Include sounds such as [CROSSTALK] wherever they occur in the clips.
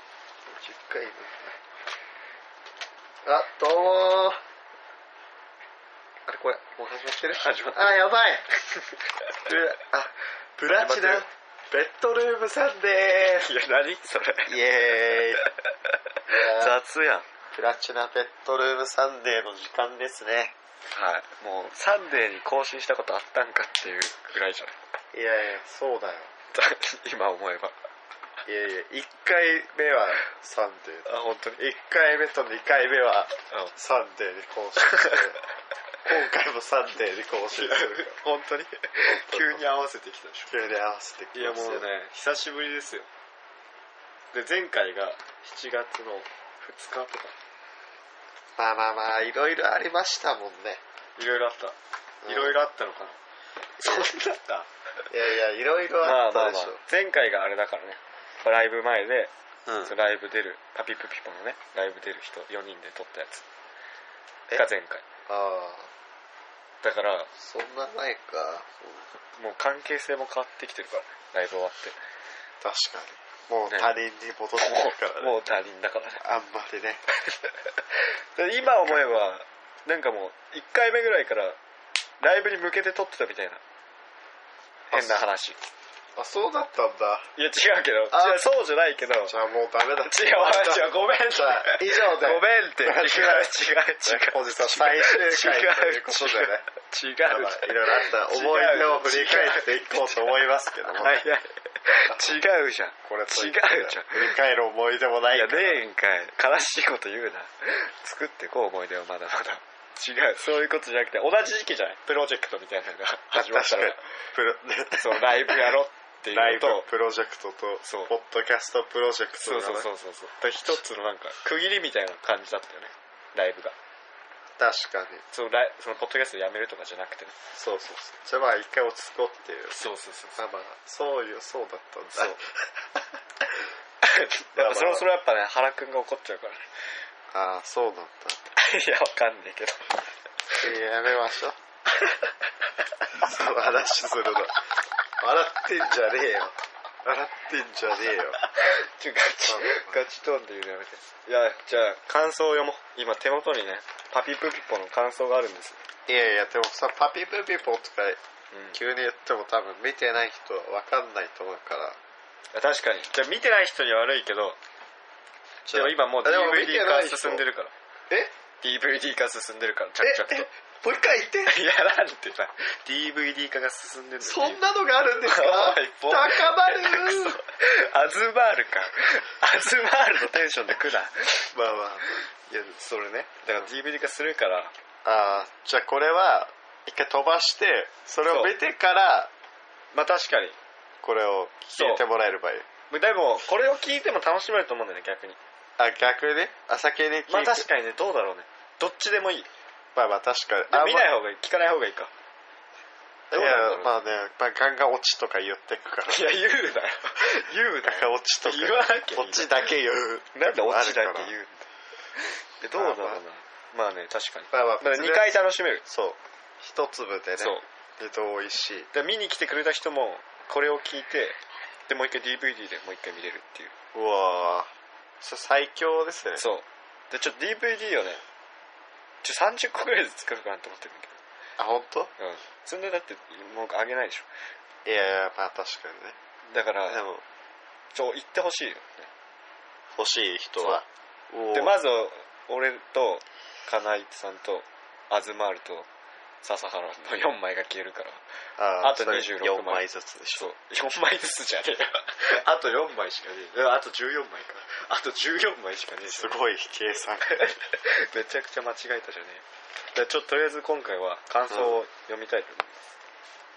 10回分あどうもーあれこれもう始まってる始 [LAUGHS] まってるあやば [LAUGHS] いブあプラチナ始まっベッドルームサンデいや何それーイエーイ雑やんはプラチナベッドルームサンデーの時間ですねいもうサンデーに更新したことあったんか [LAUGHS] っていうぐらいじゃないいやいやそうだよざ今思えばいやいや1回目はサンデーあ本当に1回目と2回目はあサンデーに更新して今回もサンデーに更新するから本当に急に合わせてきたでし急に合わせてょきました久しぶりですよで前回が7月の2日とかまあまあまあいろいろありましたもんねいろいろあっうんたいろいろあったのかな、そんなあったいやいやいろいろあったでしょ、前回があれだからねライブ前でうんそのライブ出るパピプピポのねライブ出る人4人で撮ったやつえが前回ああだからそんな前か、もう関係性も変わってきてるからねライブ終わっ確かにもう他人に戻ってるかてらねもう他人だからねあんまりねで今思えばなんかもう1回目ぐらいからライブに向けて撮ってたみたいな変な話あそうだったんだいや違うけどあ違うそうじゃないけど違うじゃあもうダメだ違うごめんじゃあ以上でごめんって違う違う違本う日は最終回ということでね違う違うまあまあいろいろあった思い出を振り返っていこうと思いますけども、はいはい違うじゃんこれと違いうってじゃ振んり返る思い出もないいかやらねえんかい悲しいこと言うな作ってこう思い出をまだまだ違うそういうことじゃなくて同じ時期じゃないプロジェクトみたいなのが始まった確らかにプロねそうライブやろうっていライうブのとプロジェクトとそうポッドキャストプロジェクトそうそうそううそうそうだから一つのなんか区切りみたいな感じだったよねライブが確かにそのライそのポッドキャストやめるとかじゃなくてねそうそうそうじゃあまあ一回落ち着こうっていうそうそうそうまあまあそういうそうだったんだそう [LAUGHS] やっぱそろそろやっぱね原くんが怒っちゃうからね [LAUGHS] ああそうなんだいやわかんないけどいややめましょう [LAUGHS] その話するの笑ってんじゃねえよ笑ってんじゃねえよちょガチガチトーンで言うのやめていやじゃあ感想を読もう今手元にねパピプピポの感想があるんですいよやいやでもさパピプピポとかうん急に言っても多分見てない人は分かんないと思うから確かにじゃあ見てない人には悪いけどでも今もう DVD でも見てな化い人進んでるからえ DVD 化進んでるから着え々とえもう一回言っていやなんてさ DVD 化が進んでるのにそんなのがあるんですか [LAUGHS] はい高ぼま [LAUGHS] そうるアズバールかアズバールのテンションで来なまあまあいやそれねだから DVD 化するからああじゃあこれは一回飛ばしてそれを見てからまあ確かにこれを聞いてもらえればいいでもこれを聞いても楽しめると思うんだよね逆にあ逆にあ先に聞いて、まあ確かにねどうだろうねどっちでもいいまあまあ確かにであ見ない方がいい聞かない方がいいかまあいどうなんだやろうまあね、まあ、ガンガン落ちとか言ってくからいや言うなよ言うガンガン落ちとか言わなきゃいい落ちだけ言うなんで落ちだあるかけら言うんだよどうだろうなまあね確かにまあまあまあ2回楽しめるそう一粒でねそう二度おいしいで見に来てくれた人もこれを聞いてでもう一回 DVD でもう一回見れるっていううわそれ最強ですねそうでちょっと DVD をねちょ30個ぐらいで作ろうかなと思ってるんだけあ本当？どうんそんでだってもうあげないでしょいやいやまあ確かにねだからでもちょ行ってほしいよね欲しい人はでまず俺と金井さんとアズマールと笹原の4枚が消えるからああとそれ26 4枚枚ずつでしょそう4枚ずつじゃね [LAUGHS] えよあと4枚しかねえあと14枚かあと14枚しかねえすいごい計算めちゃくちゃ間違えたじゃねえよでちょっととりあえず今回は感想を読みたいと思います、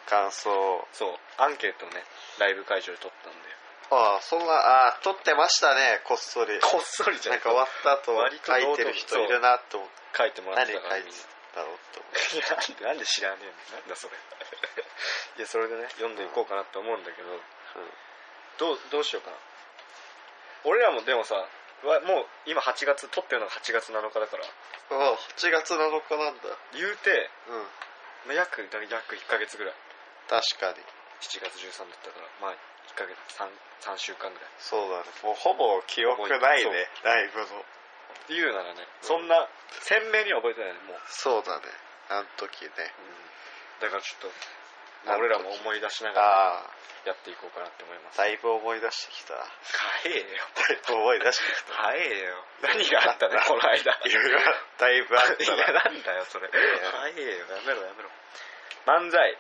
感想そうアンケートをねライブ会場で取ったんでああそんなああ撮ってましたねこっそり [LAUGHS] こっそりじゃななんいか終わった後割と書堂々いてる人いるなって思って書いてもらっ何書ていてたからみんなたのって思っいやなん [LAUGHS] でなんで知らねえのなんだそれ [LAUGHS] いやそれでね読んでいこうかなと思うんだけど、どうどうしようかな俺らもでもさわもう今8月撮ってるのが8月7日だからて、うん、ああ8月7日なんだ言うてうんまあ約約1ヶ月ぐらい確かに7月13だったからまあ1ヶ月 3, 3週間ぐらいそうだねもうほぼ記憶ないねそうライブの言うならね、そんな鮮明には覚えてないねもう、そうだねあの時ねだからちょっとあの時俺らも思い出しながらあやっていこうかなって思いまあすだいぶ思い出してきた早えよだいぶ思い出してき早えよ何があった [LAUGHS] ねこの間たいろいろだいぶあっ [LAUGHS] いたやななんだよそれ早えよやめろやめろ漫才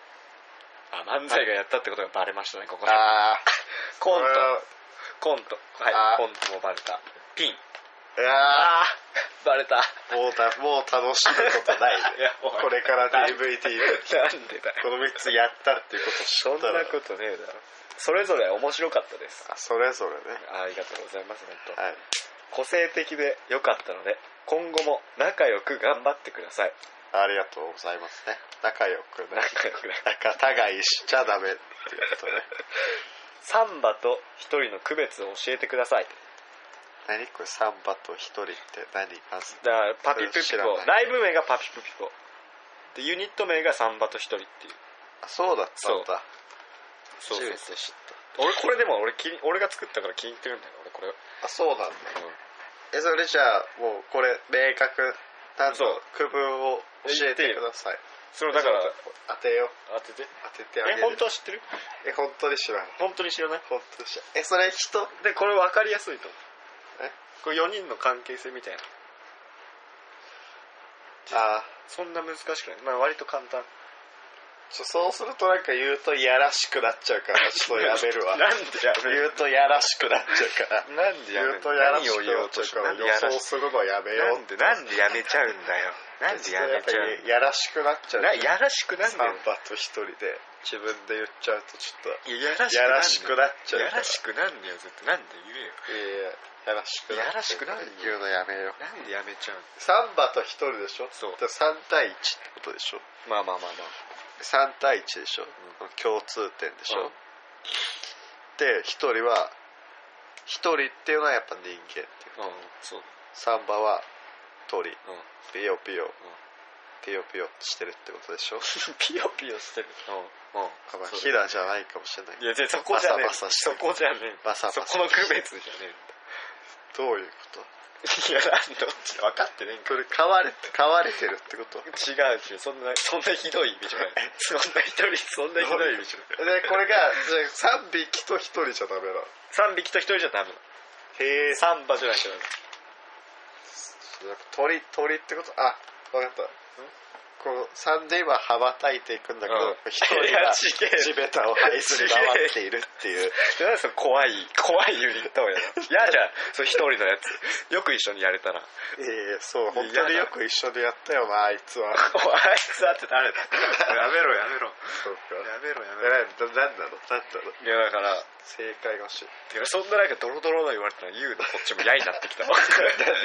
あ漫才がやったってことがバレましたねここでああコンこれはトコントはいあーコントもバレたピンああバレたあもうたもう楽しむこと [LAUGHS] ないねいやおいこれから DVD でなんでだよこの3つやったっていうことそんなことねえだろそれぞれ面白かったですあそれぞれねありがとうございます本当はい個性的で良かったので今後も仲良く頑張ってくださいありがとうございますね仲良くね仲良くね仲違いしちゃダメっていうこと [LAUGHS] ねサンバと一人の区別を教えてください何これサンバと一人って何まずだからパピプ知ピらなコいライブ名がパピプピコでユニット名がサンバと一人っていうあそうだったんだそ初うめそてうそう俺これでも俺気に俺が作ったから気に入ってるんだよ俺これ、あそうなんだえそれじゃあもうこれ明確なそのう区分を教えてくださいそれだから当てよう当てて当ててあげえる本当は知ってるえ本当に知らない本当に知らない本当に知らないえそれ人でこれ分かりやすいと思うえこれ4人の関係性みたいなあそんな難しくないまあ割と簡単ちょそうするとなんか言うといやらしくなっちゃうから [LAUGHS] ちょっとやめるわなんでやめ言るうとやらしくなっちゃうからなんでや言めうとやらしく何を言なおっうちとゃうしから何で予やら想しするのやめなよんうでなんでやめちゃうんだよなんでやめちゃうやらしくなっちゃうなやらしくなんサンだよバと一人で自分で言っちゃうとちょっいややらとやらしくなっちゃうやかららしくなんだよ絶対なんで言えよいやいややらしくなっちゃうやらしくなるよ言うのやめようなんでやめちゃうサンバと一人でしょそうで3対1ってことでしょまあまあまあまあ3対1でしょ、共通点でしょ、うんで1人は1人っていうのはやっぱ人間っていううんそうサンバは鳥 [LAUGHS] うんピヨピヨ、ピヨピヨしてるってことでしょピヨピヨしてるうんうんあまあそうヒラじゃないかもしれないいやじゃあそこじゃねえバサバサしてそるこじゃねえバサバサそこの区別じゃねえどういうこと [LAUGHS] いやなんどっち分かってねえんこかれ飼われて飼われてるってこと違う違うそんなそんなひどい意味じゃないそんな一人そんなひどい意味じゃないでこれが3匹と1人じゃダメなの3匹と一人じゃダメへえ3羽じゃなきゃダメ鳥鳥ってことあ分かったこの3で今羽ばたいていくんだけど、うん一1人いやが違えよ地べたを這いずり回っているって [LAUGHS] いうでなんでその怖い怖いユニットをやるの嫌じゃんそれ一人のやつよく一緒にやれたらおええそう本当によく一緒にやったよなあいつはいあいつだって誰だやめろやめろそうかやめろやめろえななんなのなんなのいやだから正解が欲しいてかそんななんかドロドロの言われたら言うのこっちも嫌になってき [LAUGHS] たわなんで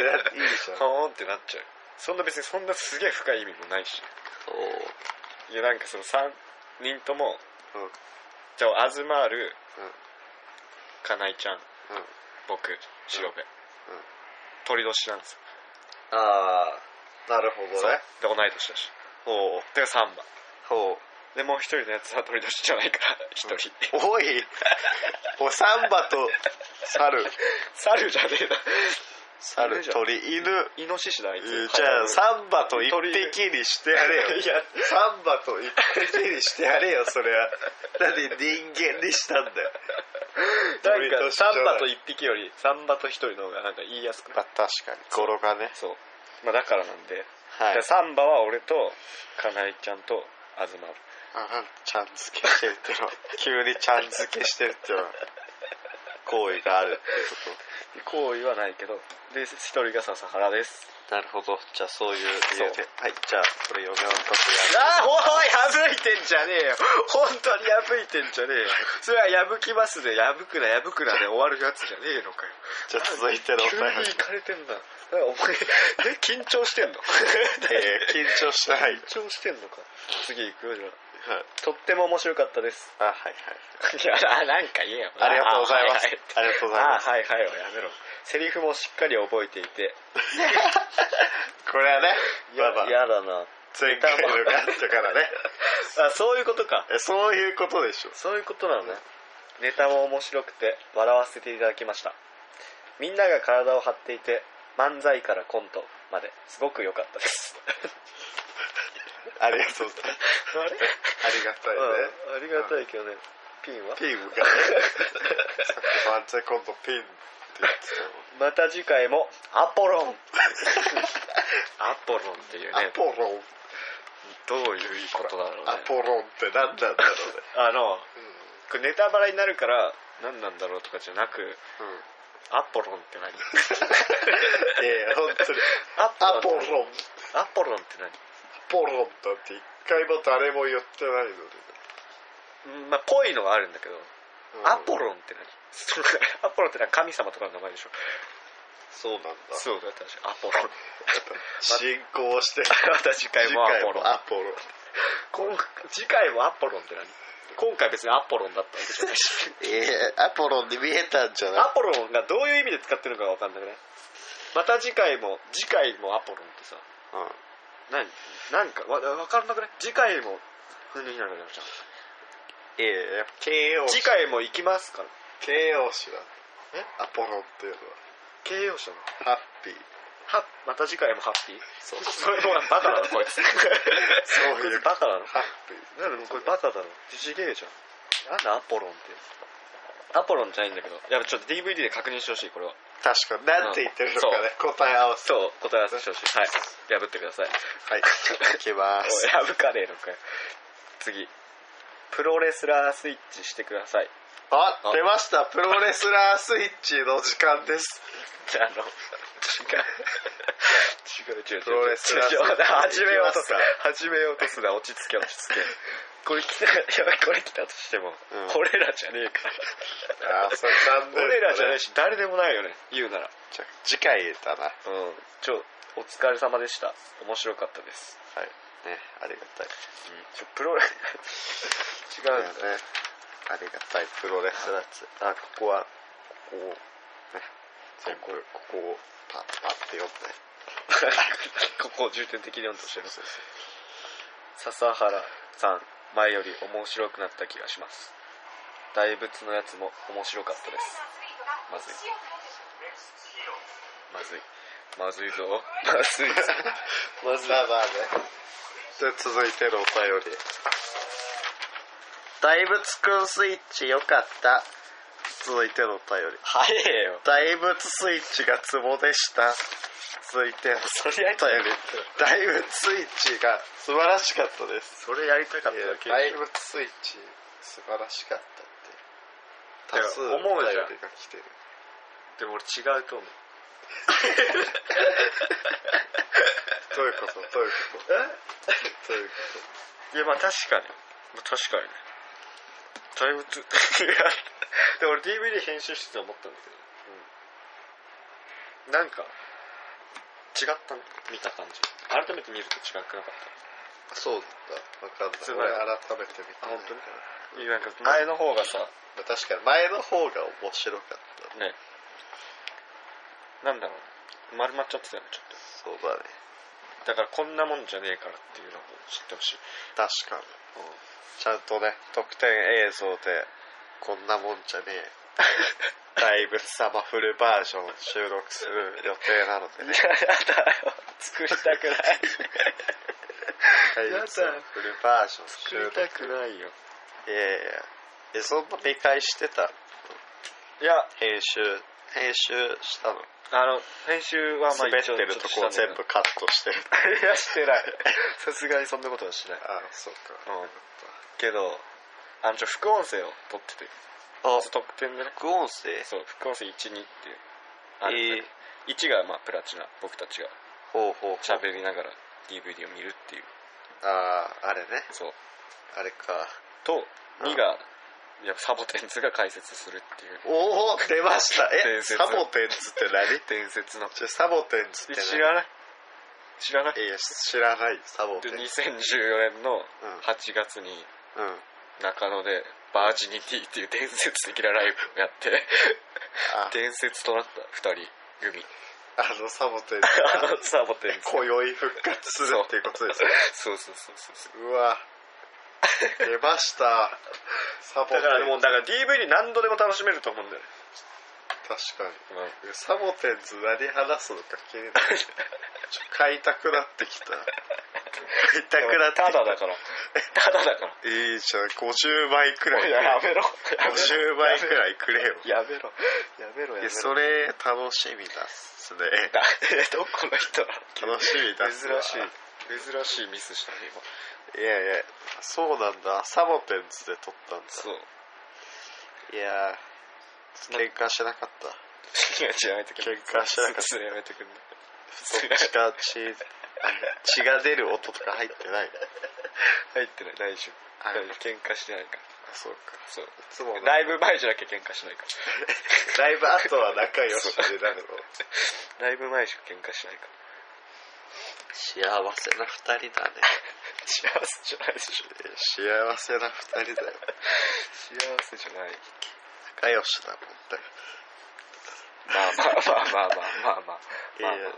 いいじゃんほーんってなっちゃうそんな別にそんなすげえ深い意味もないしおいやなんかその3人ともうんうんじゃあアズマールかなちゃんうん僕白部うん鳥年なんですよああなるほどねそうで同い年だしほうで3番ほうでもう一人のやつは鳥年じゃないから一人お [LAUGHS] いおサンバと猿猿じゃねえな猿鳥犬イノシシだあいつじゃあサンバと一匹にしてやれよいや [LAUGHS] サンバと一匹にしてやれよそれはなんで人間にしたんだよなんかサンバと一匹一匹よりサンバと一人の方がなんか言いやすくなまあい確かに語呂がねそうまあだからなんではでサンバは俺とかなえちゃんとあずまるあなんかちゃん付けしてるってのは急にちゃん付けしてるってのは行為があるってこ行為はないけどで一人が笹原ですとなるほどじゃあそういう理由そうではいじゃあこれ嫁のことああおい破いてんじゃねえよ本当に破いてんじゃねえよそれは破きますで破くな破くなで終わるやつじゃねえのかよやじゃあ続いてのお急便にり行かれてんだお前え緊張して [LAUGHS] んのえー緊張してない、はい、緊張してんのか次行くよじゃあとっても面白かったですあはいはいいやなんか言えよありがとうございます [LAUGHS] あはあいはいりがとうございますあはいはいはやめろセリフもしっかり覚えていてこれはねやまあまあやだな前回のがあったからねあそういうことかえそういうことでしょそういうことなのねネタも面白くて笑わせていただきましたみんなが体を張っていて漫才からコントまですごく良かったですありがとうございますあれ、ありがたいねうんありがたいけどねピンはピンがねさっき漫才コントピンって言ってたもんまた次回もアポロン [LAUGHS] アポロンっていうアポロンどういうことだろうねアポロンって何なんだろうねあのうんこれネタバラになるから何なんだろうとかじゃなくうんアポロンって何いやいや本当にアアポロンアポロンって何アポロンだって一回も誰も言ってないので、うんまあぽいのはあるんだけど、うんアポロンって何その [LAUGHS] アポロンってなんか神様とかの名前でしょそうなんだそうだったらしいアポロン進行してまた [LAUGHS] 次回次もア回ポロもンアポロン今次回もアポロンって何今回別にアポロンだったわけじゃないしいやアポロンに見えたんじゃないアポロンがどういう意味で使ってるのか分かんなくないまた次回も次回もアポロンってさうん何何かわ分かんなくない次回もふにゃふにゃふにゃふにゃいやいややっぱ形容詞次回も行きますから形容詞だえアポロンっていうの形容詞なのはハッピーはまた次回もハッピーそう [LAUGHS] それもうバカなの [LAUGHS] こいつそういうバカなのハッピーなんでもうこれバカだろちげえじゃんなんだアポロンってアポロンじゃないんだけどやべちょっと DVD で確認してほしいこれは確かに何て言ってるのかね答え合わせそう答え合わせしてほしいはい破ってくださいはいいきますおい [LAUGHS] 破かねえのかよ次プロレスラースイッチしてくださいああ出ましたプロレスラースイッチの時間ですじゃああの違う違う違う違うプロレスラー違う違う始めようとす行き [LAUGHS] 始めようとすな落ち着け落ち着けこれ来たや [LAUGHS] ばいこれ来たとしても、うん俺らじゃねえからあーそれ残念だね俺らじゃないし誰でもないよね言うならじゃあ次回だなはうんちょお疲れ様でした面白かったです、いねありがたいちょプロレ [LAUGHS] 違そううんだだねありがたいプロレスラースあここはここをね全部ここをパッパッて読んで [LAUGHS] ここを重点的に読んでほしいの笹原さん前より面白くなった気がします大仏のやつも面白かったですまずいまずいまずいぞまずいぞまずいまあまあねで続いてのお便り大仏くんスイッチよかった続いてのお便り早えよ大仏スイッチがツボでした続い [LAUGHS] てのそれやりおた便り大仏スイッチが素晴らしかったですそれやりたかっただけ大仏スイッチ素晴らしかったって多数のおいや思うじゃん便りが来てるでも俺違うと思うどういうことどういうことどういうこいやまあ確かにまあ確かにね大仏いや [LAUGHS] でも俺 DVD 編集してて思ったんだけど、なんか違ったの見た感じ改めて見ると違くなかったとそうだったわかんないつ俺まり改めて見たあ本当にいやなんか前の方がさまあ確かに前の方が面白かったねなんだろう丸まっちゃってたよねちょっそうだねとだからこんなもんじゃねえからっていうのを知ってほしい確かに、ちゃんとね特典映像でこんなもんじゃねえ大仏様フルバージョン収録する予定なのでね [LAUGHS] [LAUGHS] やだよ作りたくない大仏様フルバージョン [LAUGHS] 作収り録たくないよいやいやいやえそんな見返してたいや編集編集したのあの編集はまあ滑ってるとこは全部カットしてるいやして [LAUGHS] ないさすがにそんなことはしないあそうかうんけどあのちょ副音声を撮っててあ特典でね副音声そう副音声12っていうあえれー、 1がまあプラチナ僕たちがほうほう喋りながら DVD を見るっていうあああれねそうあれかとうん2がいやサボテンズが解説するっていうおお出ましたえ伝説サボテンズって何伝説のちょサボテンズって知らない知らない何いや知らないサボテでンズ2014年のうん8月にうん中野でバージニティっていう伝説的なライブをやってあ伝説となった2人組あのサボ [LAUGHS] テンズあがのサボテンズ今宵復活するっていうことですねそうそうそうそうそううわ出ましたサボテだンからもうだから DVD 何度でも楽しめると思うんだよね、確かにサボテンズ何話すのか気になるちょ買いたくなって [LAUGHS] きた買いたくなってただだからただだからいいじゃん50枚くらいやめろ50枚くらいくれよやめろやめろやめろいやそれ楽しみだっすねだ [LAUGHS] どこの人だ楽しみだっ珍すわしい珍しいミスしたね今いやいやそうなんだサボテンズで撮ったんそうだいやー喧嘩しなかったいや違うやめてくれ喧嘩してなかったそれやめてくんなそっちが血血が出る音とか入ってない入ってない大丈夫あ大丈夫喧嘩してないからそうかそういつもラライイブ前じゃなきゃ喧嘩しないからブライブ後は仲良しでなるのライブ前しか喧嘩しないから幸せな二人だね幸せじゃないでしょ幸せな二人だよ幸せじゃない仲良しだもんだまあまあまあまあまあまあまあいやいやいや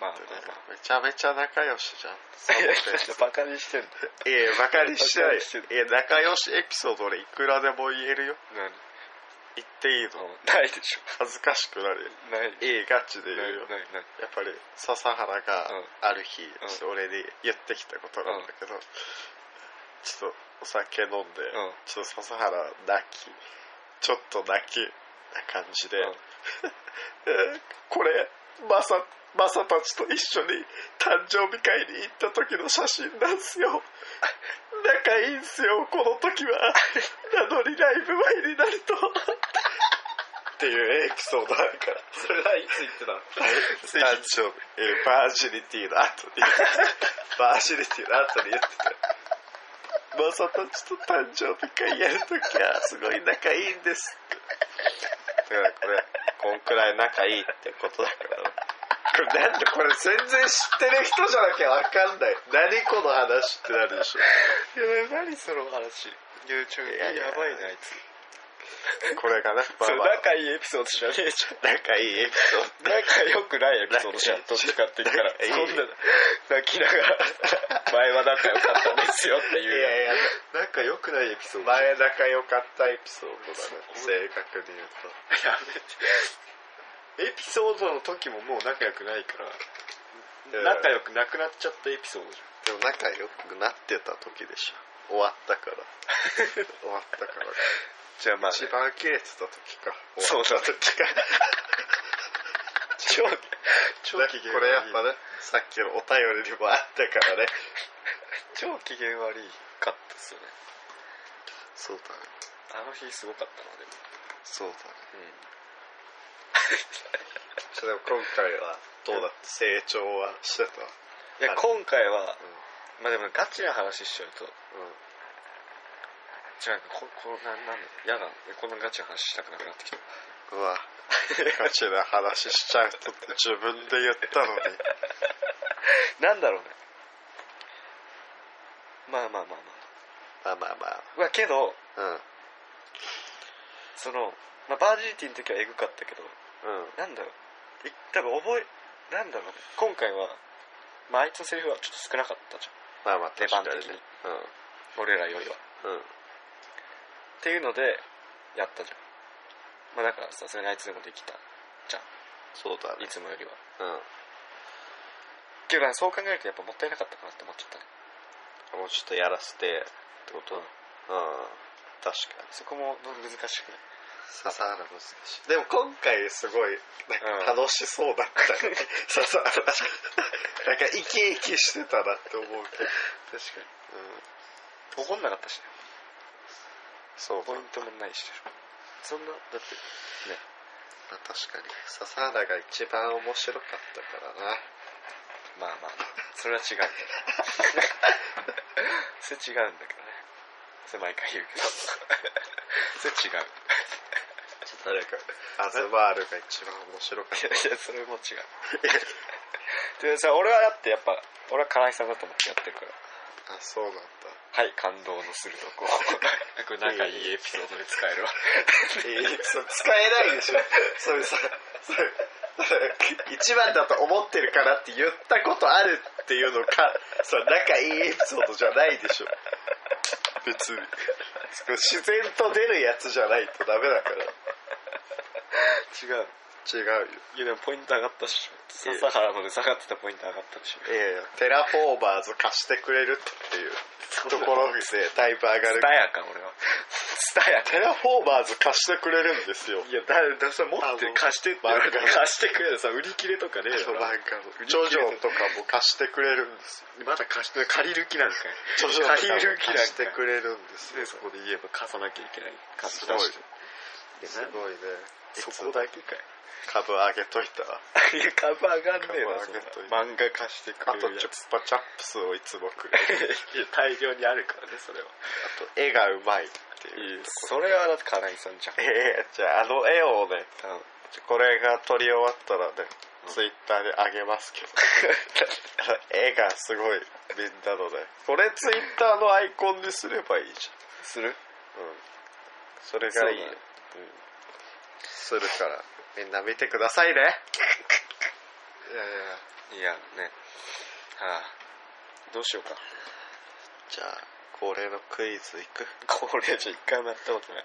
まあまあまあだってねめちゃめちゃ仲良しじゃんサボ [LAUGHS] いやテンちょっとバカにしてんのいやいやバカにしてないバカにして [LAUGHS] いや仲良しエピソード俺いくらでも言えるよ何言っていいのないでしょ恥ずかしくなるないいいガチで言うよないないやっぱり笹原がうんある日、ちょっと俺に言ってきたことなんだけど、ちょっとお酒飲んで、うんちょっと笹原泣きちょっと泣きな感じで、うんえー [LAUGHS] これマサマサたちと一緒に誕生日会に行った時の写真なんす [LAUGHS] よ仲いいんすよこの時はなのにライブ前になる [LAUGHS] とっていうエピソードあるからそれはいつ言ってたの [LAUGHS] 誕生日、えーバージニティの後 [LAUGHS] にバージニティの後に言ってたマサたちと誕生日会やるときはすごい仲いいんですだからこれこんくらい仲いいってことだからこれなんでこれ全然知ってる人じゃなきゃわかんない [LAUGHS] 何この話ってなるでしょいや何その話 YouTube いやいややばいなあいつこれがね、 [LAUGHS] まそあうまあ、仲いいエピソードじゃねえじゃん仲いいエピソード仲良くないエピソードじゃんどっちかって言ったら仲いいそんな泣きながら前は仲良かったんですよっていういや仲良くないエピソード前仲良かったエピソードだね正確に言うとやめてエピソードの時ももう仲良くないから仲良くなくなっちゃったエピソードじゃでも仲良くなってた時でしょ終わったから [LAUGHS] 終わったからんじゃあま一番切れてた時か [LAUGHS] そうだ終わった時か超超だ機嫌悪こいれやっぱねさっきのお便りにもあったからね超機嫌悪いかったっすよねそうだねあの日すごかったなでもそうだねうんでも今回はどうだった成長はしてたいやあ今回はうんまあでもガチな話しちゃううとん違うここのなんなんだ嫌だこんなガチな話したくなくなってきたうわガチな話しちゃうとって自分で言ったのになんだろうねまあまあまあままああまあまあまあけどうんその、まあ、バージニティの時はエグかったけどうんなんだろうい多分覚えなんだろうね今回は、まあ、あいつのセリフはちょっと少なかったじゃまあまあ出番的にうん俺らよりはんっうんていうのでやったじゃんまあだからさすがにあいつでもできたじゃんそうだいねつもよりはうけどなんかそう考えるとやっぱもったいなかったかなって思っちゃったねんもうちょっとやらせてってことうん確かにそこも難しくない笹原難しいでも今回すごいなんか楽しそうだったね、笹原なんか生き生きしてたなって思うけど、確かにうん、怒んなかったしねそうポだイなントもないしそんなだってね確かに笹原が一番面白かったからなまあまあそれは [LAUGHS] 違うんだけどそれ違うんだけどねそれ毎回言うけ [LAUGHS] どそれ違うちょっと誰かアズバールが一番面白かっいやいやそれも違う [LAUGHS] でさ俺はだってやっぱ俺は金井さんだと思ってやってるからたあそうなんだはい感動のするとここれ仲いいエピソードで使えるわえそう使えないでしょそれさそれそれ一番だと思ってるからって言ったことあるっていうのかそれ仲いいエピソードじゃないでしょ別に自然と出るやつじゃないとダメだから違う違うよいやでもポイント上がったっしょ笹原ので下がってたポイント上がったでしょいやいやテラフォーバーズ貸してくれるっていうところでだいぶ上がスるタヤか俺はスタヤテラフォーバーズ貸してくれるんですよいやだだそれ持ってあの貸してって言われて漫画貸してくれるさ売り切れとかねえよそうななんかジョジョとかも貸してくれるんですまだ貸して借りる気なんかいよジョジョと借かりもる気なんか貸いしてくれるんですでよそこで言えば貸さなきゃいけない貸しす出ごいしてすごいねそこだけかい株上げといたわいやカバーがんねえなカバー上げとそんいてな漫画貸してくあれとるやチュッつパチャップスをいつもくれいや大量にあるからねそれはあと [LAUGHS] 絵がうまいっていうそれはだって金井さんじゃんええじゃああの絵をね多分これが撮り終わったらね、ツイッターであげますけど絵がすごいみんなのねこれツイッターのアイコンにすればいいじするゃん、うん、それがいいよそうだねするからみんな見てくださ [LAUGHS] いねいやいやいやねはあどうしようかじゃあ恒例のクイズいく [LAUGHS] これじゃ一回もやったことない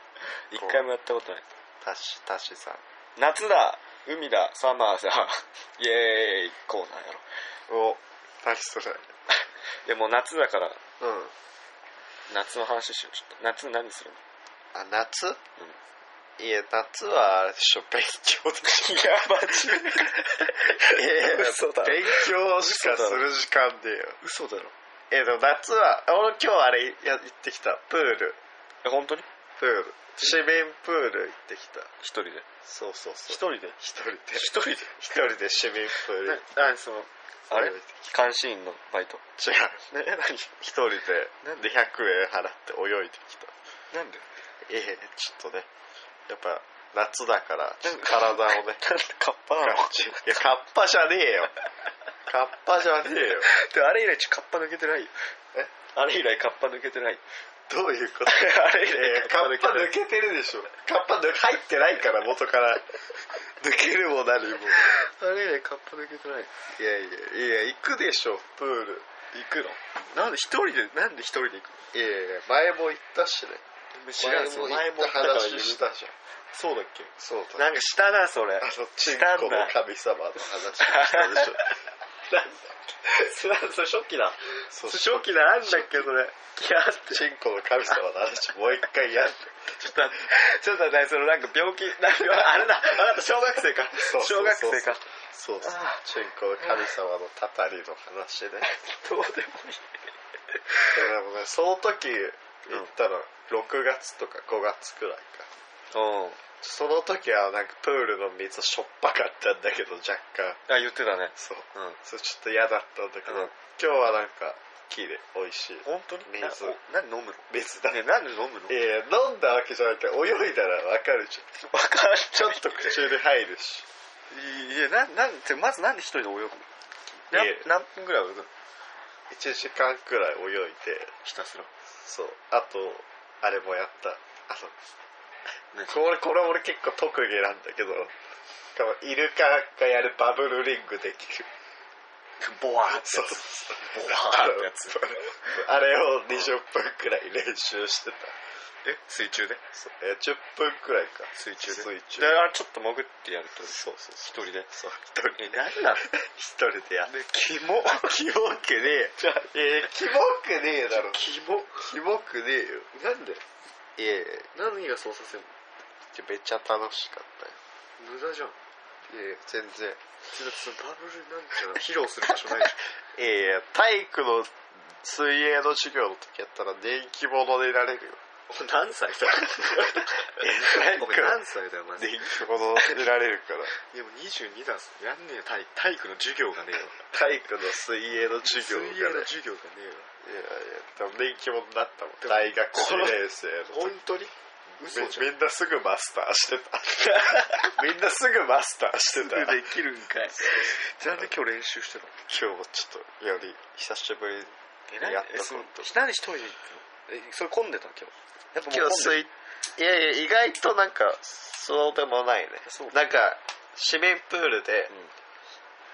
一回もやったことないタシタシさん夏だ海だサマーだ [LAUGHS] イエーイコーナーやろおタシそれでもう夏だからうん夏の話しようちょっと夏何するのあ夏、いや夏はあれでしょ勉強でしょ [LAUGHS] いやマジ [LAUGHS] いや嘘だ勉強しかする時間でよ嘘だろえでも夏は俺今日あれや行ってきたプールえ本当にプール市民プール行ってきた一人でそうそうそう一人で一人で一人で一人で市民プールな違う何そのあれそう監視員のバイトね何一人でなんでで100円払って泳いできたなんでええちょっとねやっぱ夏だからちょっとな体んをね [LAUGHS] なんでカッパなのいやカッパじゃねえよカッパじゃねえよであれ以来ちょカッパ抜けてないよあれ以来カッパ抜けてないどういうこと [LAUGHS] あれ以え来ーカッパ抜てけてるでしょカッパ抜入ってないから元から [LAUGHS] 抜けるも何もないあれ以来カッパ抜けてないいやいやいや行くでしょプール行くのなんで一人でなんで一人で行くいやいや前も行ったしねの知らんその前も行ったから言うしたじゃんそうだっけそうだなんかしたなそれあのチンしたんコのだ神様の話をしたでしょ [LAUGHS] それそれ初期だそう初期だなんだっけそれいやっ [LAUGHS] てチンコの神様の話もう一回やるちょっと待ってちょっと待ってそのなんか病気なんかあれだあなた小学生かそうそう小学生かそうそうあチンコの神様のたたりの話 [LAUGHS] ねどうでもいいでもねその時行ったの6月とか5月くらいかうんその時はなんかプールの水しょっぱかったんだけど若干あ言ってたねそううんそれちょっと嫌だったんだけど、うん今日はなんか綺麗美味しい本当に水なお何飲むの水だねね何飲むのいやいや飲んだわけじゃなくて泳いだらわかるじゃんわかんないちょっと口に入るしいやなんなんてまずなんで一人で泳ぐのないや何分ぐらい泳ぐの1時間くらい泳いでひたすらそうあとあれもやったあのねこれこれ俺結構特技なんだけどこのイルカがやるバブルリングできるボワーそうボワーってやつあれを20分くらい練習してたえ水中でそうえー10分くらいか水中で水中であれちょっと潜ってやるとそうそうそ一人でうそう一人え何なの一人でやってでキモキモくねえじゃあえー、キモくねえだろキモキモくねえよなんでいやいや何がそうさせんのめっちゃ楽しかったよ無駄じゃんいやいや全然だってそのバブルなんての [LAUGHS] は披露する場所ないでしいやいや体育の水泳の授業の時やったら人気者でいられるよょ何 [LAUGHS] 歳だえお前何歳だよマジ人で気者でいられるからでも22だぞやんねえよ体体育の授業がねえわ [LAUGHS] 体育の水泳の授業がね水泳の授業がねえわいやいやでも人気者になったもん大学2年生の本当に嘘じゃんみみんなすぐマスターして [LAUGHS] たみんなすぐマスターしてた今できるん [LAUGHS] かいじゃあね今日練習してたの日もちょっとより久しぶりにえやっ何たこと何一人で行くのえそれ混んでた今日やっぱもう混んでいやいや意外となんかそうでもないねそうなんか市民プールでうん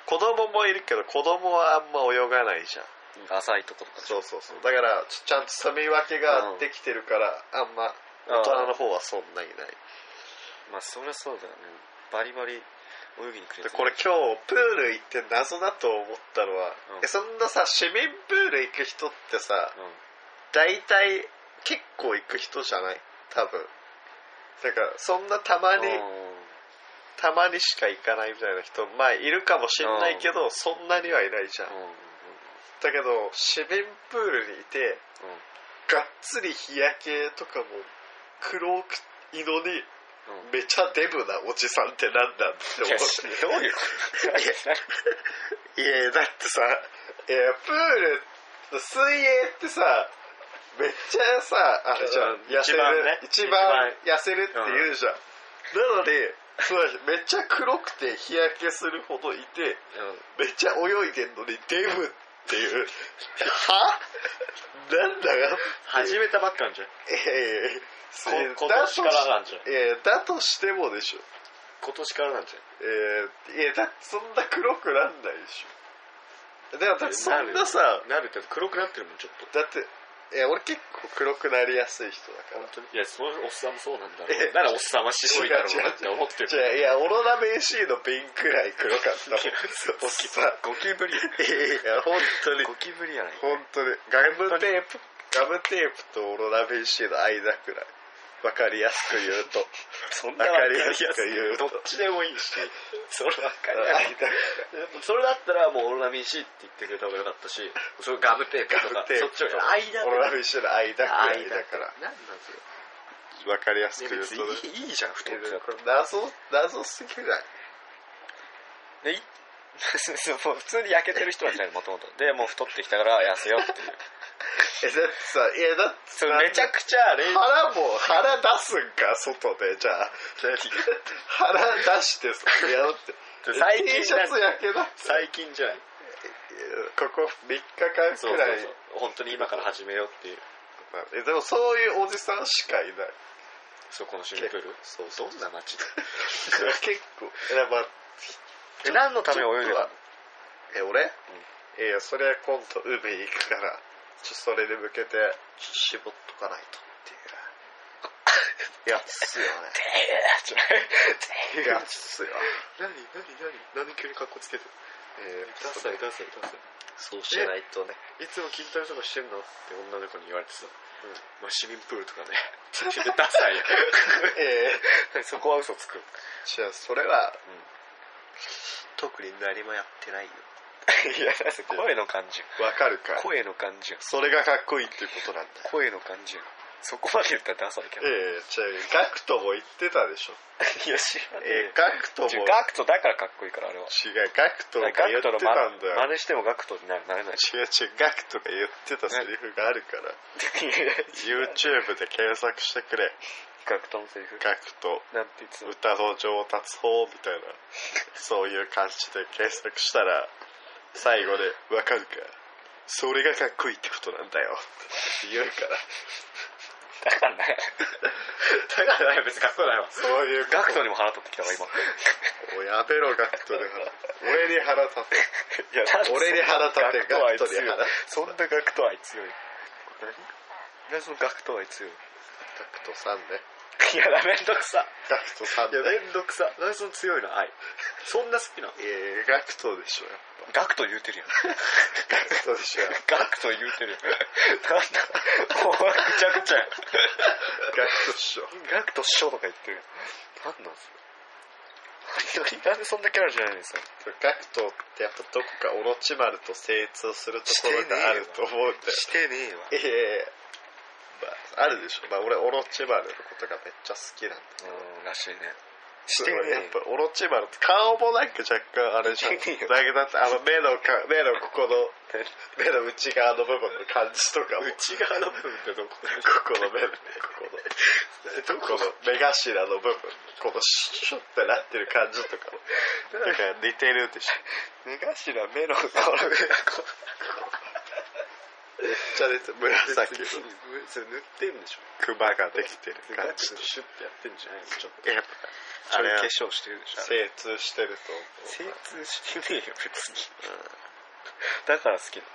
子供もいるけど子供はあんま泳がないじゃんなんか浅いところとかそうそうそうだからちちゃんと住み分けができてるから、あんまあー大人の方はそんなにないまあそりゃそうだよねバリバリ泳ぎに来るでこれ今日プール行って謎だと思ったのは、うんえそんなさ市民プール行く人ってさうん大体結構行く人じゃない多分だからそんなたまにうんたまにしか行かないみたいな人まあいるかもしんないけどそんなにはいないじゃんうんうんうんだけど市民プールにいてがっつり日焼けとかも黒くいのにうんめちゃデブなおじさんってなんだってい思やってどういうこいやだってさいやプールの水泳ってさめっちゃさあれじゃんうん痩せる一番ね一番痩せるって言うじゃん、なのにそうめっちゃ黒くて日焼けするほどいてとうんめっちゃ泳いでんのにデブっていう [LAUGHS] はなんだか始めたばっかなんじゃんええこ今年からなんじゃんええだとしてもでしょ今年からなんじゃんえー、いやだってそんな黒くなんないでしょでもだってそんなさなるって黒くなってるもんちょっとだっていや俺結構黒くなりやすい人だから本当にいやそういうおっさんもそうなんだろえうならおっさんはしごいだろうなって思ってじゃるあいやオロナメイシーの瓶くらい黒かったもんおっさんゴキブリやいや本当にゴキブリやない本当にガムテープガムテープとオロナメイシーの間くらいわかりやすく言うとそんななわかわかりりややすすく言うくとどっちでもいいしそれわかりやすい間それだったらもうオロナミン C って言ってくれた方がよかったしそれガムテープとガかムテーそっプちのと間オロナメイシーの間くらい間だから何なんですよわかりやすく言う別とにねいいいいじゃん太ってたこれ謎謎すぎないでい [LAUGHS] もう普通に焼けてる人なんじゃないもともとでもう太ってきたから痩せようっていうえだってさいやだってそされめちゃくちゃあれ腹も腹出すんか外でじゃあ腹出してさやろうって最 T シ近じゃャないツやけど最近じゃないここ3日間そうくそうらいそう本当に今から始めようっていうえでもそういうおじさんしかいないそこのシュミプールそうどんな街だ [LAUGHS] 結構いやまあえ何のために泳いでたのえ俺、えいやそれは今度海行くからちょそれに向けて絞っとかないと [LAUGHS] っていうやつよねえやつよ [LAUGHS] 何何何何急に格好つけてえー、ダサいダサいダサいそうしないとねいつも筋トレとかしてんのって女の子に言われてさ、まあ、市民プールとか [LAUGHS] ねダサいよ [LAUGHS] ええそこは嘘つくじゃあそれは、うん特に何もやってないよいや声の感じわかるか声の感じそれがかっこいいっていうことなんだ声の感じそこまで言ったらダサいけどええじゃあガクトも言ってたでしょ [LAUGHS] いや知らええガクトも違違ううガクトだからかっこいいからあれはガクトがガ言っクてトのたんだよ真似してもガクトになるなれないし違う違うガクトが言ってたセリフがあるから違う YouTube で検索してくれガクトのセリフガクトなんて言ってたの歌の上達法みたいなそういう感じで検索したら最後で「わかるかそれがかっこいいってことなんだよ」って言うからだから [LAUGHS] ねだからね別にかっこないわそういうガクトににも腹立ってきたわ今もうやめろガクトで腹俺に腹立ていやなんで俺に腹立てガクトガクトに腹はそんなガクト愛強い何何そのガクト愛強いガクトさんねいやめんどくさガクトさんいやねめんどくさ何その強いの愛そんな好きなのえー、ガクトでしょやっガクト言うて [LAUGHS] るやんぱガクトでしょやっガクト言うてるやんなんだもうぐちゃぐちゃやんぱガクトでしょガクト師匠とか言ってるやん何なんすよ何なんでそんなキャラじゃないんですかガクトってやっぱどこかオロチマルと精通するところがあると思うんだよしてねえわええまあ、あるでしょ、まあ、俺オロチマルのことがめっちゃ好きなんだうんらしいねししててねねやっぱオロチマルって顔もなんか若干あれじゃんだしてねえよけどだってあの目のか目のここ [LAUGHS] の目の内側の部分の感じとかも内側の部分ってどこここの目のここのどこの目頭の部分このシュッてなってる感じとか [LAUGHS] もだから似てるでしょ目頭目のこの上がこめっちゃ似てるう紫 [LAUGHS] のそれ塗ってんでしょクマができてる感ガじチでシュッてやってんじゃないのちょっとやっぱあれはちょい化粧してるでしょ精通してると思う精通してねえよ別にだから好きだ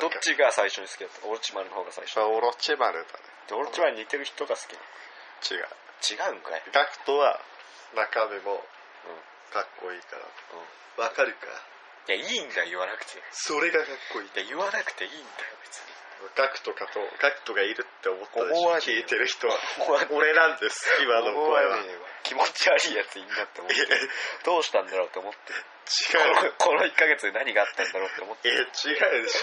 どっちが最初に好きだったオロチマルの方が最初あオロチマルだねでオロチマルに似てる人が好き違うなの違うんかい、ガクトは中身もうんかっこいいかうん、らわかるかいやいいんだよ言わなくていそれがかっこいいや言わなくていいんだよ別にガクトかとガクトがいるって思ったでし思ょわねえよ聞いてる人は思わねえ俺なんです今の声は思わねえわ気持ち悪いやついんなって思ってどうしたんだろうと思って違うこの1ヶ月で何があったんだろうって思っえて違うでし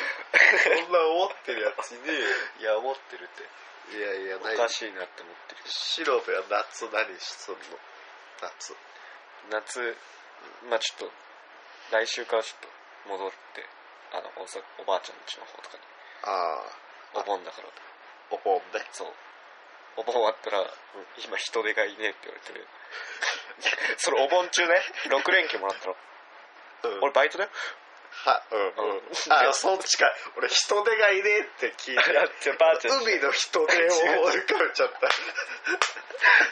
ょそんな思ってるやつねいや思ってるってえよいやいやおないかしいなって思ってるシロベは夏何すんの夏夏まあちょっと来週からちょっと戻ってあのおさおばあちゃん家の方とかにああお盆だからお盆ねそうお盆終わったら今人手がいねえって言われてる [LAUGHS] それお盆中ね6連休もらったのうん俺バイトだよはうんうんうんあそっちか俺人手がいねえって聞いてだってばあちゃん海の人手を思い浮かべちゃった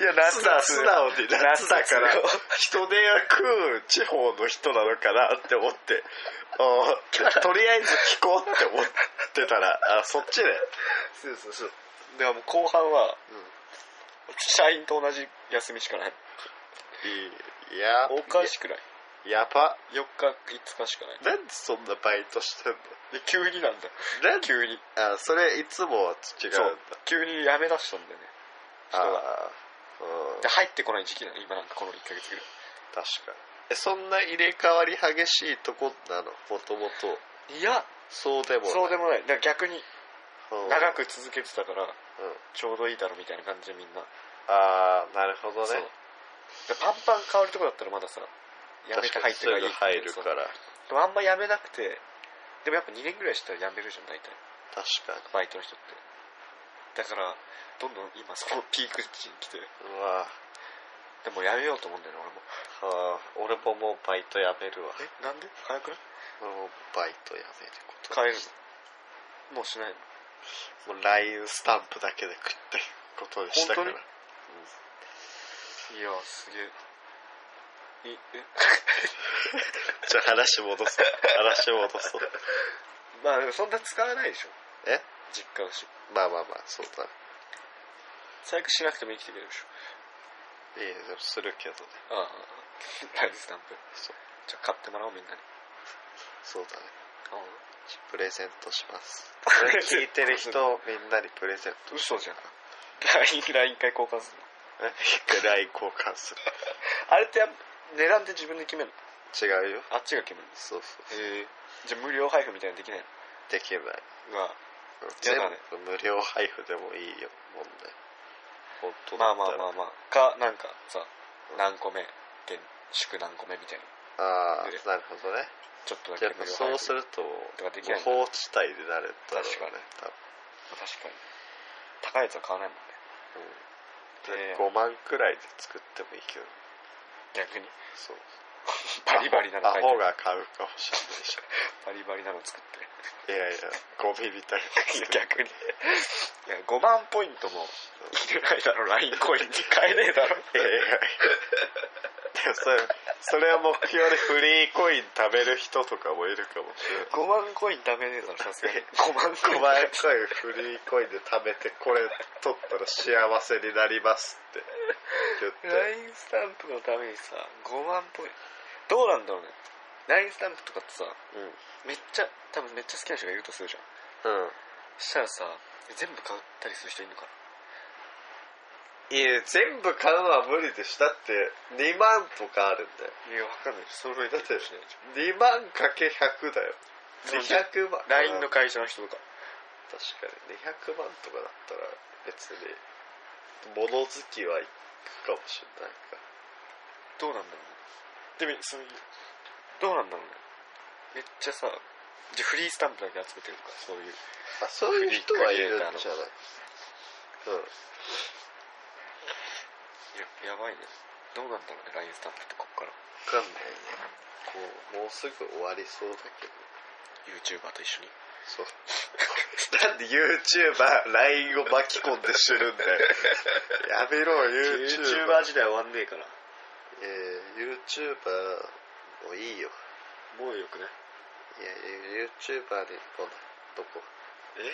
いや素直素直に夏だから夏人手が食う地方の人なのかなって思って [LAUGHS] あーとりあえず聞こうって思ってたらあそっちねそうそうそうでももう後半は社員と同じ休みしかないいいやおかしくないややば4日5日しかないなんでそんなバイトしてんので急になんだよなんで急にあそれいつもは違うんだそう急に辞め出したんだよね人があーうんで入ってこない時期なの今なんかこの1ヶ月ぐら確かにえそんな入れ替わり激しいとこなのもともといいやそうでもそうでもないだから逆にうん長く続けてたからうんちょうどいいだろみたいな感じでみんなああなるほどそうねでパンパン変わるとこだったらまださ辞めて入って確がかいいにすぐ入るからでもあんま辞めなくてでもやっぱ2年ぐらいしたら辞めるじゃん大体確かにバイトの人ってだからどんどん今そのピーク時に来てでうわもやめようと思うんだよね俺もはあ俺ももうバイトやめるわえなんで早くない俺もバイトやめること帰るのもうしないのもう LINE スタンプだけで食っていくことにしたから本いやすげえいえじゃあ話戻そう話戻そうまあでもそんな使わないでしょえ実家だしまあまあまあそうだ最悪しなくても生きていけるでしょいいでもするけどねああラインスタンプそうじゃあ買ってもらおうみんなにそうだねあプレゼントしますプレ聞ゼントいてる人 [LAUGHS] みんなにプレゼント嘘じゃん [LAUGHS] LINE ライン一回交換するのえ一回 LINE 交換すあれってやっぱ値段って自分で決めるのる違うよあっちが決めるんですそうそうへえじゃあ無料配布みたいにできないのできないが全嫌部だね無料配布でもいいよ問題本当まだあったまあらまあまあかなんかさ何個目原宿何個目みたいなああなるほどねちょっとだけやっ無ぱ料配そう布するととかできない無法地帯になるんだろうね確かに多分確かに高いやつは買わないもんねで5万くらいで作ってもいいけど逆にそうバリバリなのア買いホが買うかもしバリバリなの作ってれないしいやいやゴミみたいいや [LAUGHS] 逆にいや5万ポイントも入れないだろ LINE コインって買えねえだろないやいやいやでもそれそれは目標でフリーコイン貯める人とかもいるかもしれない5万コインダメねえだろさすが [LAUGHS] に5万コイ5ン万コインフリーコインで貯めてこれ取ったら幸せになりますって言って LINE スタンプのためにさ5万ポイントどうなんだろうね LINE スタンプとかってさうんめっちゃ多分めっちゃ好きな人がいるとするじゃんうんしたらさ全部買ったりする人いるのかいや全部買うのは無理でしだって2万とかあるんだよないやわかんないそれだって2万かけ100だよそうじゃん200万 LINE の会社の人とか確かに200万とかだったら別に物好きはいくかもしれないかどうなんだろうねでもそのどうなんだろうねめっちゃさじゃあフリースタンプだけ集めてるとかそあそうういういう人はいるんじゃないフリークリエイターうんややばいねどうなんだろうね LINE スタンプってこっから分かんないねこうもうすぐ終わりそうだけど YouTuber と一緒にそうなんで YouTuberLINE を巻き込んで知 [LAUGHS] るんだよやめろ YouTuber 時代終わんねえからえー、YouTuber もいいよもうよくねいや YouTuber でもとこえ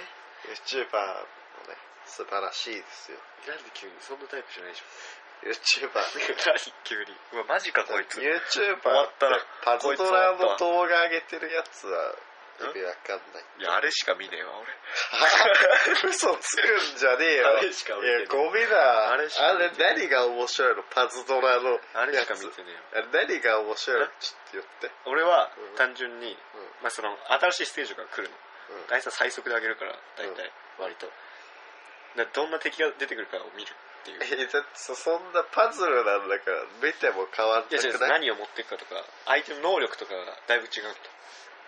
YouTuber もね素晴らしいですよなんで急にそんなタイプじゃないでしょ YouTuber [LAUGHS] 何急にうわマジかこいつ YouTuber 終わったなパズドラこいのつ終動画上げてるやつは意味わかんないいやあれしか見ねえわ俺嘘つくんじゃねえよあれしか見てないいやゴミだああれれしか見てない何が面白いのパズドラのあれやしつか見てねえわあれ何が面白いのちょっと言って俺はうん単純に、うんまあ、その新しいステージが来るのうん大体最速で上げるから大体割と、だからどんな敵が出てくるかを見るっていうえだってそそんなパズルなんだから見ても変わんいなや違うくない何を持っていくかとか相手の能力とかがだいぶ違うんだ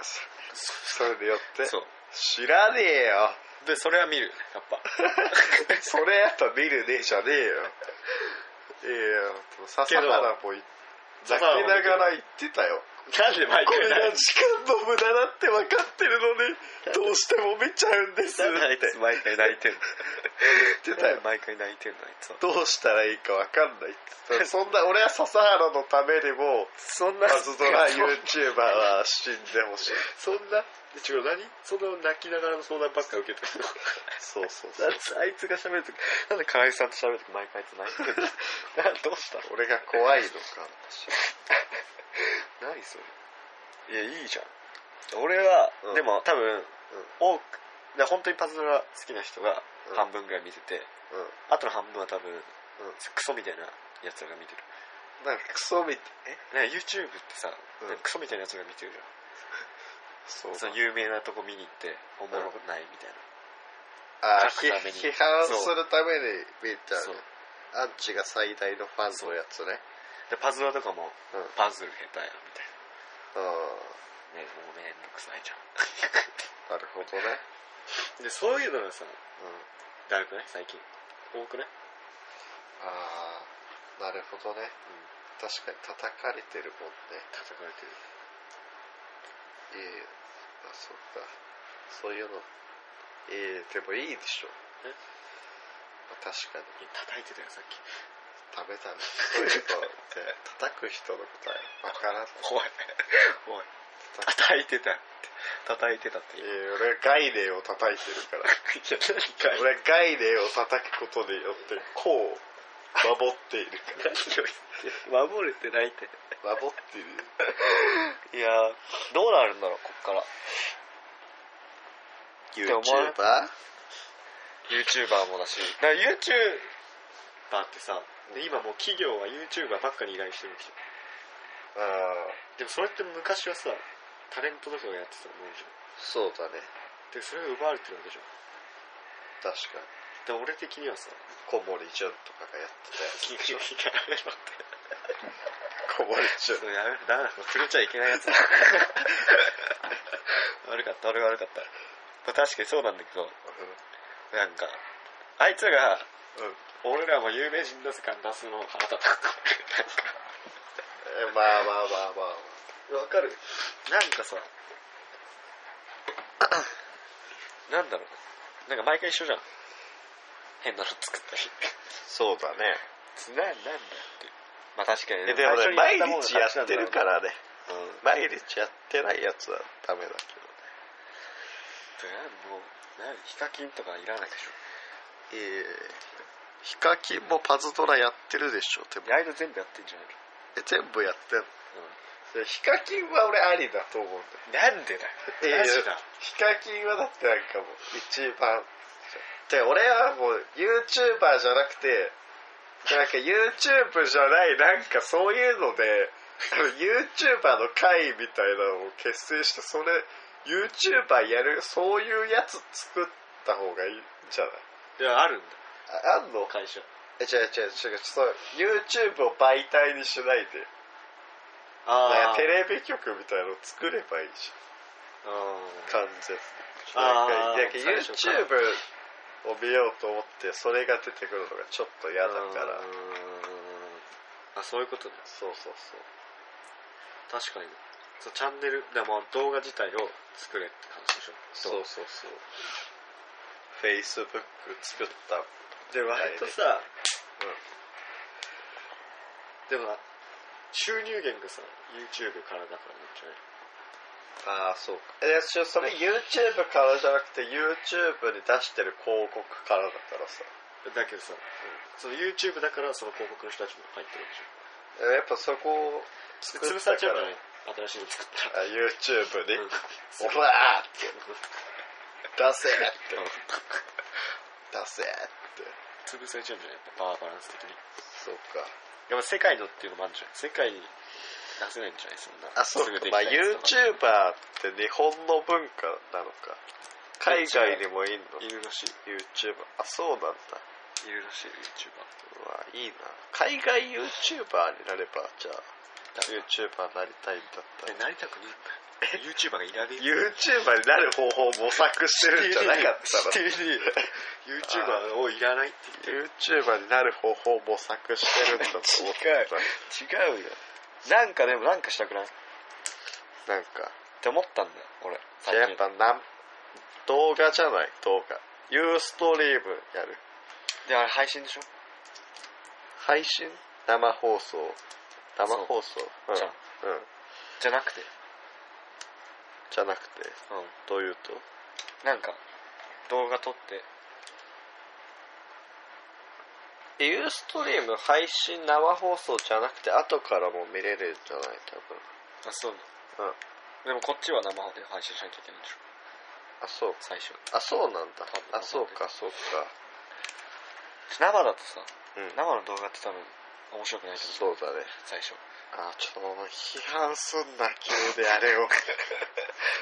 それによってそう知らねえよでそれは見るやっぱそれやっぱ見るねえじゃねえよい [LAUGHS] やいやでも笹原もいざ笹け原もながら言ってたよ [LAUGHS] なんで毎こ回れながんで時間の無駄だって分かってるのにどうしても見ちゃうんですってあいつ毎回泣いてんの言ってたよ毎回泣いてんのあいつはどうしたらいいか分かんないって [LAUGHS] そんな俺は笹原のためにもそんパズドラそ YouTuber は死んでほしい [LAUGHS] そんな違う何その泣きながらの相談ばっか受けてるのそうそうそだうって [LAUGHS] あいつが喋るときなんで河合さんと喋るとき毎回あいつ泣いてるのなどうしたの [LAUGHS] 俺が怖いのか何それいやいいじゃん俺は、うんでも多分、多くで本当にパズドラ好きな人がうん半分ぐらい見てて、うんうんあとの半分は多分、クソみたいなやつらが見てるなんかクソみたいね YouTube ってさ、うんなんかクソみたいなやつが見てるじゃんそうその有名なとこ見に行っておもろくないみたいな、あー書く批ために批判するために見たそうねアンチが最大のファンのやつねでパズドラとかも、うんパズル下手やみたいうんなねもうめんどくさいじゃなるほどね、ん [LAUGHS] でそういうのがさうん、だるくない最近多くないああなるほどね、確かに叩かれてるもんね叩かれてるいえいえあそっかそういうのええでもいいでしょえまあ確かにいや叩いてたよさっきダメだねそういうのって叩く人のことは分からないおいおい叩いてたって叩いてたってい今や俺は概念を叩いてるからいや何か俺は概念を叩くことによってこう守っているか何を言って守れてないってら守っているいやーどうなるんだろうこっから YouTuber？YouTuber もだしだから YouTuber ってさで今もう企業は YouTuber ばっかに依頼してるんですよああでもそれって昔はさタレントとかがやってたもんでしょそうだねでそれが奪われてるわけじゃん確かにで俺的にはさ小森純とかがやってたやつ企業にやめろって小 [LAUGHS] 森純そうやめろダメだ触れちゃいけないや [LAUGHS] つだ悪かった俺が悪かった、まあ、確かにそうなんだけどなんかあいつらうがん、うん俺らも有名人の図鑑出すのを腹立ったえまあまあまあまあわかるなんかさ [COUGHS] なんだろうなんか毎回一緒じゃん変なの作ったりそうだねななんだってまあ確かにえでもね最毎初に日やってるかららね、うん、毎日やってないやつはダメだけもうなんヒカキンとかいらないでしょどええヒカキンもパズドラやってるでしょでもライド全部やってんじゃないえ全部やってんのの、でヒカキンは俺ありだと思うんだよなんでだいやマいやジだヒカキンはだってなんかもう一番で俺はもう YouTuber じゃなくてなんか YouTube じゃないなんかそういうのであの YouTuber の会みたいなのを結成してそれ YouTuber やるそういうやつ作った方がいいんじゃないいやあるんだああんの会社え違う違う違うそう YouTube を媒体にしないでなんあかテレビ局みたいなのを作ればいいじゃん完全あーなんか最 YouTube 初からを見ようと思ってそれが出てくるのがちょっと嫌だからあそういうことだそうそうそう確かにそうチャンネルだからまあ動画自体を作れって話でしょそうそうそう Facebook 作ったで割とさ、でもな収入源がさ YouTube からだからなんじゃないああそうかえそれそれ YouTube からじゃなくて YouTube に出してる広告からだったらさだけどさ、その YouTube だからその広告の人たちも入ってるでしょえやっぱそこを作潰っさたれちゃかうかららね新しいの作ったあら YouTube にうん「オラー!」って「出せ!」って [LAUGHS] うん「出せ!」って潰されちゃうんじゃないやっぱパワーバランス的にそうかやっぱ世界のっていうのもあるんじゃない世界に出せないんじゃないそんなあそうすぐかできまあないやつとか YouTuber って日本の文化なのか海外にもいんのいるらしい YouTuber あそうなんだいるらしい YouTuber うわいいな海外 YouTuber になればじゃあ誰 YouTuber になりたいんだったえらなりたくねえんだ YouTuber がいらねえ YouTuber になる方法を模索してるんじゃなかった [LAUGHS] の YouTuber をいらないって言ってる YouTuber になる方法を模索してるんだと思った違うよなんかでもなんかしたくないっなんかて思ったんだよ俺じゃあやっぱなん動画じゃない動画ユーストリームやるであれ配信でしょ、配信生放送生放送うん、じゃんうん、じゃなくてじゃなくてうんどういうとなんか動画撮ってユーストリーム配信生放送じゃなくて後からも見れるんじゃないあそう多分うんでもこっちは生で配信しないといけないでしょあそう最初あそうなんだ多分あそうかそうか生だとさうん生の動画って多分面白くないと思うそうだね最初あちょっともう批判すんな急で [LAUGHS] あれを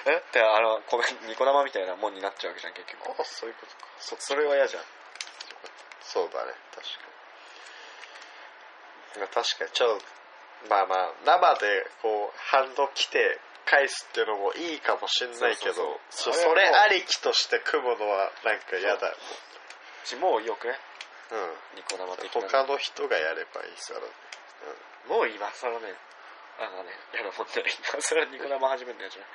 えってあのこうニコ生みたいなもんになっちゃうわけじゃん結局あそういうことかそそれは嫌じゃんそうだね確かに確かにちょっとまあまあ生でこう反応来て返すっていうのもいいかもしんないけどそうそそうそうそあれれはもうありきとして組むのはなんか嫌だしもうよくねうんニコ生的な他の人がやればいいからねもう今更ねあのねやるもんじゃない [LAUGHS] 今更ニコ生始めるのやじゃん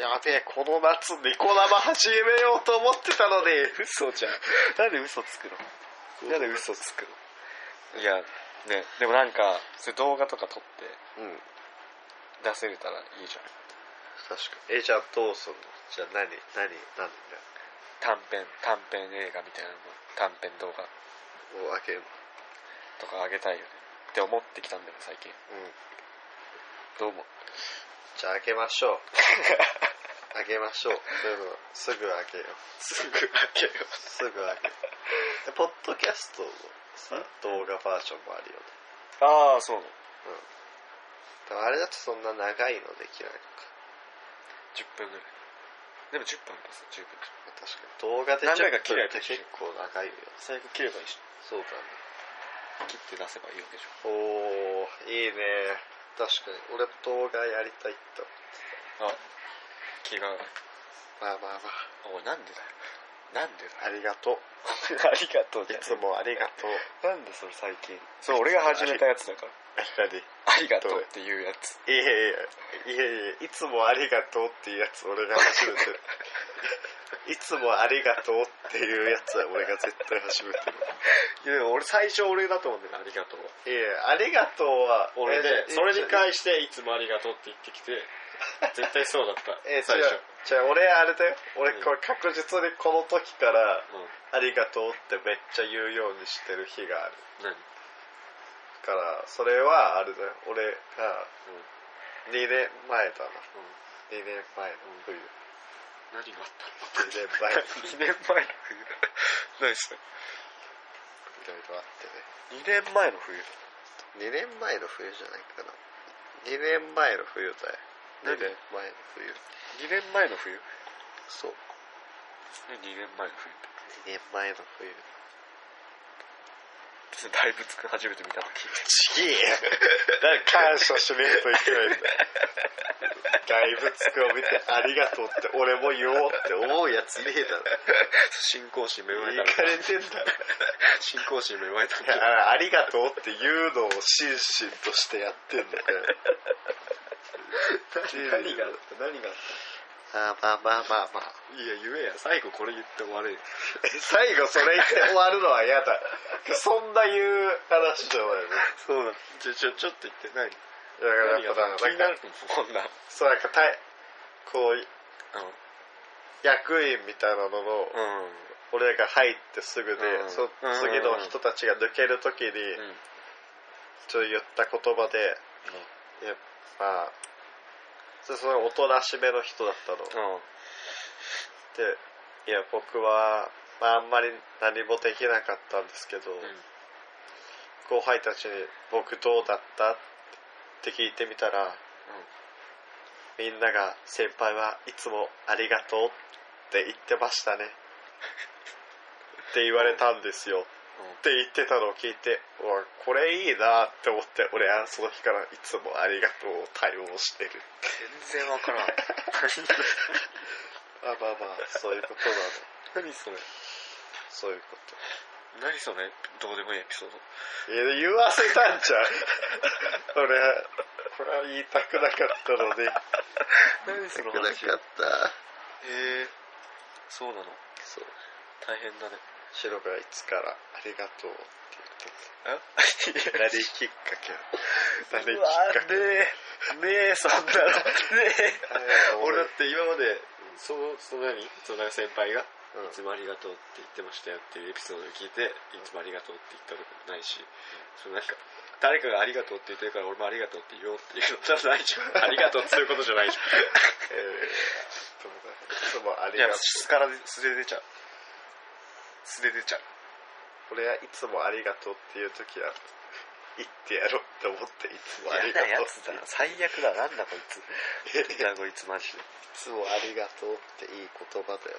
やべえこの夏ニコ生始めようと思ってたのに嘘じゃんなんで嘘つくのなんで嘘つくのいやねでもなんかそういう動画とか撮ってうん出せれたらいいじゃん確かにえじゃあどうすんのじゃあ何何何だ短編短編映画みたいなの短編動画を開けるのとかあげたいよねって思ってきたんだよね最近うんどう思うじゃあ開けまし [LAUGHS] ょう開けましょうそういうのすぐ開けようすぐ開けよすぐ開けようでポッドキャストのさ動画バージョンもあるよねああそうなのでもあれだとそんな長いのできないのか10分ぐらいでも10分かさ10分まあ確かに動画で何回か10切れ分ってばいいし結構長いよ最悪切ればいいしそうだね切って出せばいいわけでしょおーいいね確かに俺も動画やりたいとあ気がまあまあまおいなんでだよなんであだあよりがとう [LAUGHS] ありがとういつもありがとうなんでそれ最近そう俺が始めたやつだから何ありがとうっていうやついやいやいやいやいやいつもありがとうっていうやつ俺が初めてる [LAUGHS] いつもありがとうっていうやつは俺が絶対初めてるいやでも俺最初俺だと思うんだよねありがとういやいやありがとうは俺でえじゃあそれにい返していつもありがとうって言ってき [LAUGHS] て絶対そうだったえ最初じゃあ俺あれだよ俺うんこれ確実にこの時からうんありがとうってめっちゃ言うようにしてる日がある何からそれはあれだよ俺がうんうん2年前だな2年前の冬 [LAUGHS] 何があったの2年前2年前の冬 [LAUGHS] 何それいろいろあってね2年前の冬2年前の冬じゃないかな2年前の冬だよなん2で年前の冬2年前の冬そう2年前の冬2年前の冬大仏くん初めて見た時 [LAUGHS] ちぎえ感謝しねえといけ [LAUGHS] ないんだ大仏君を見てありがとうって俺も言おうって思うやつねえだろ信仰心芽 [LAUGHS] いかれてんだろ信仰心芽生えた [LAUGHS] だからありがとうっていうのを心身としてやってんだから [LAUGHS] 何があった何があっあまあまあまあまあたいや言えや最後これ言って終われよ [LAUGHS] 最後それ言って終わるのは嫌だそんな言う話じゃないのそうだちょちょちょっと言って何だからやっぱ何があっなたん気にかなるこんなそうなんかたいこう役員みたいなのの、うん俺らが入ってすぐで、うんそ次の人たちが抜ける時に、うんちょっと言った言葉で、いやまあそそのおとなしめの人だったの、うんでいや僕は、まあ、あんまり何もできなかったんですけど、後輩たちに「僕どうだった?」って聞いてみたらみんなが「先輩はいつもありがとう」って言ってましたねって言われたんですよって言ってたのを聞いてうわこれいいなって思って俺はその日からいつも「ありがとう」を対応してる全然わからんあまあまあそういうことなの [LAUGHS] 何それそういうこと何それどうでもいいエピソードいや言わせたんじゃん俺はこれは言いたくなかったので何その話へたえそうなのそう大変だねシロがいつから「ありがとう」ってえ言ってた何きっかけ何きっうわかけねえねえそんなのねえ俺だって今までそのその何その先輩がうんいつもありがとうって言ってましたよっていうエピソードを聞いて、いつもありがとうって言ったこともないし、そのなんか、誰かがありがとうって言ってるから俺もありがとうって言おうっていうのじゃないじゃん。ありがとうってそういうことじゃないじゃん。えーそうだいつもあり [LAUGHS] いやがとう、すから素で出ちゃう。素で出ちゃう。俺はいつもありがとうっていう時は言ってやろうって思っていつもあり嫌がなやとうつだな。最悪 [LAUGHS] だ。なんだこいつ。なんだこいつマジで。いつもありがとうっていい言葉だよ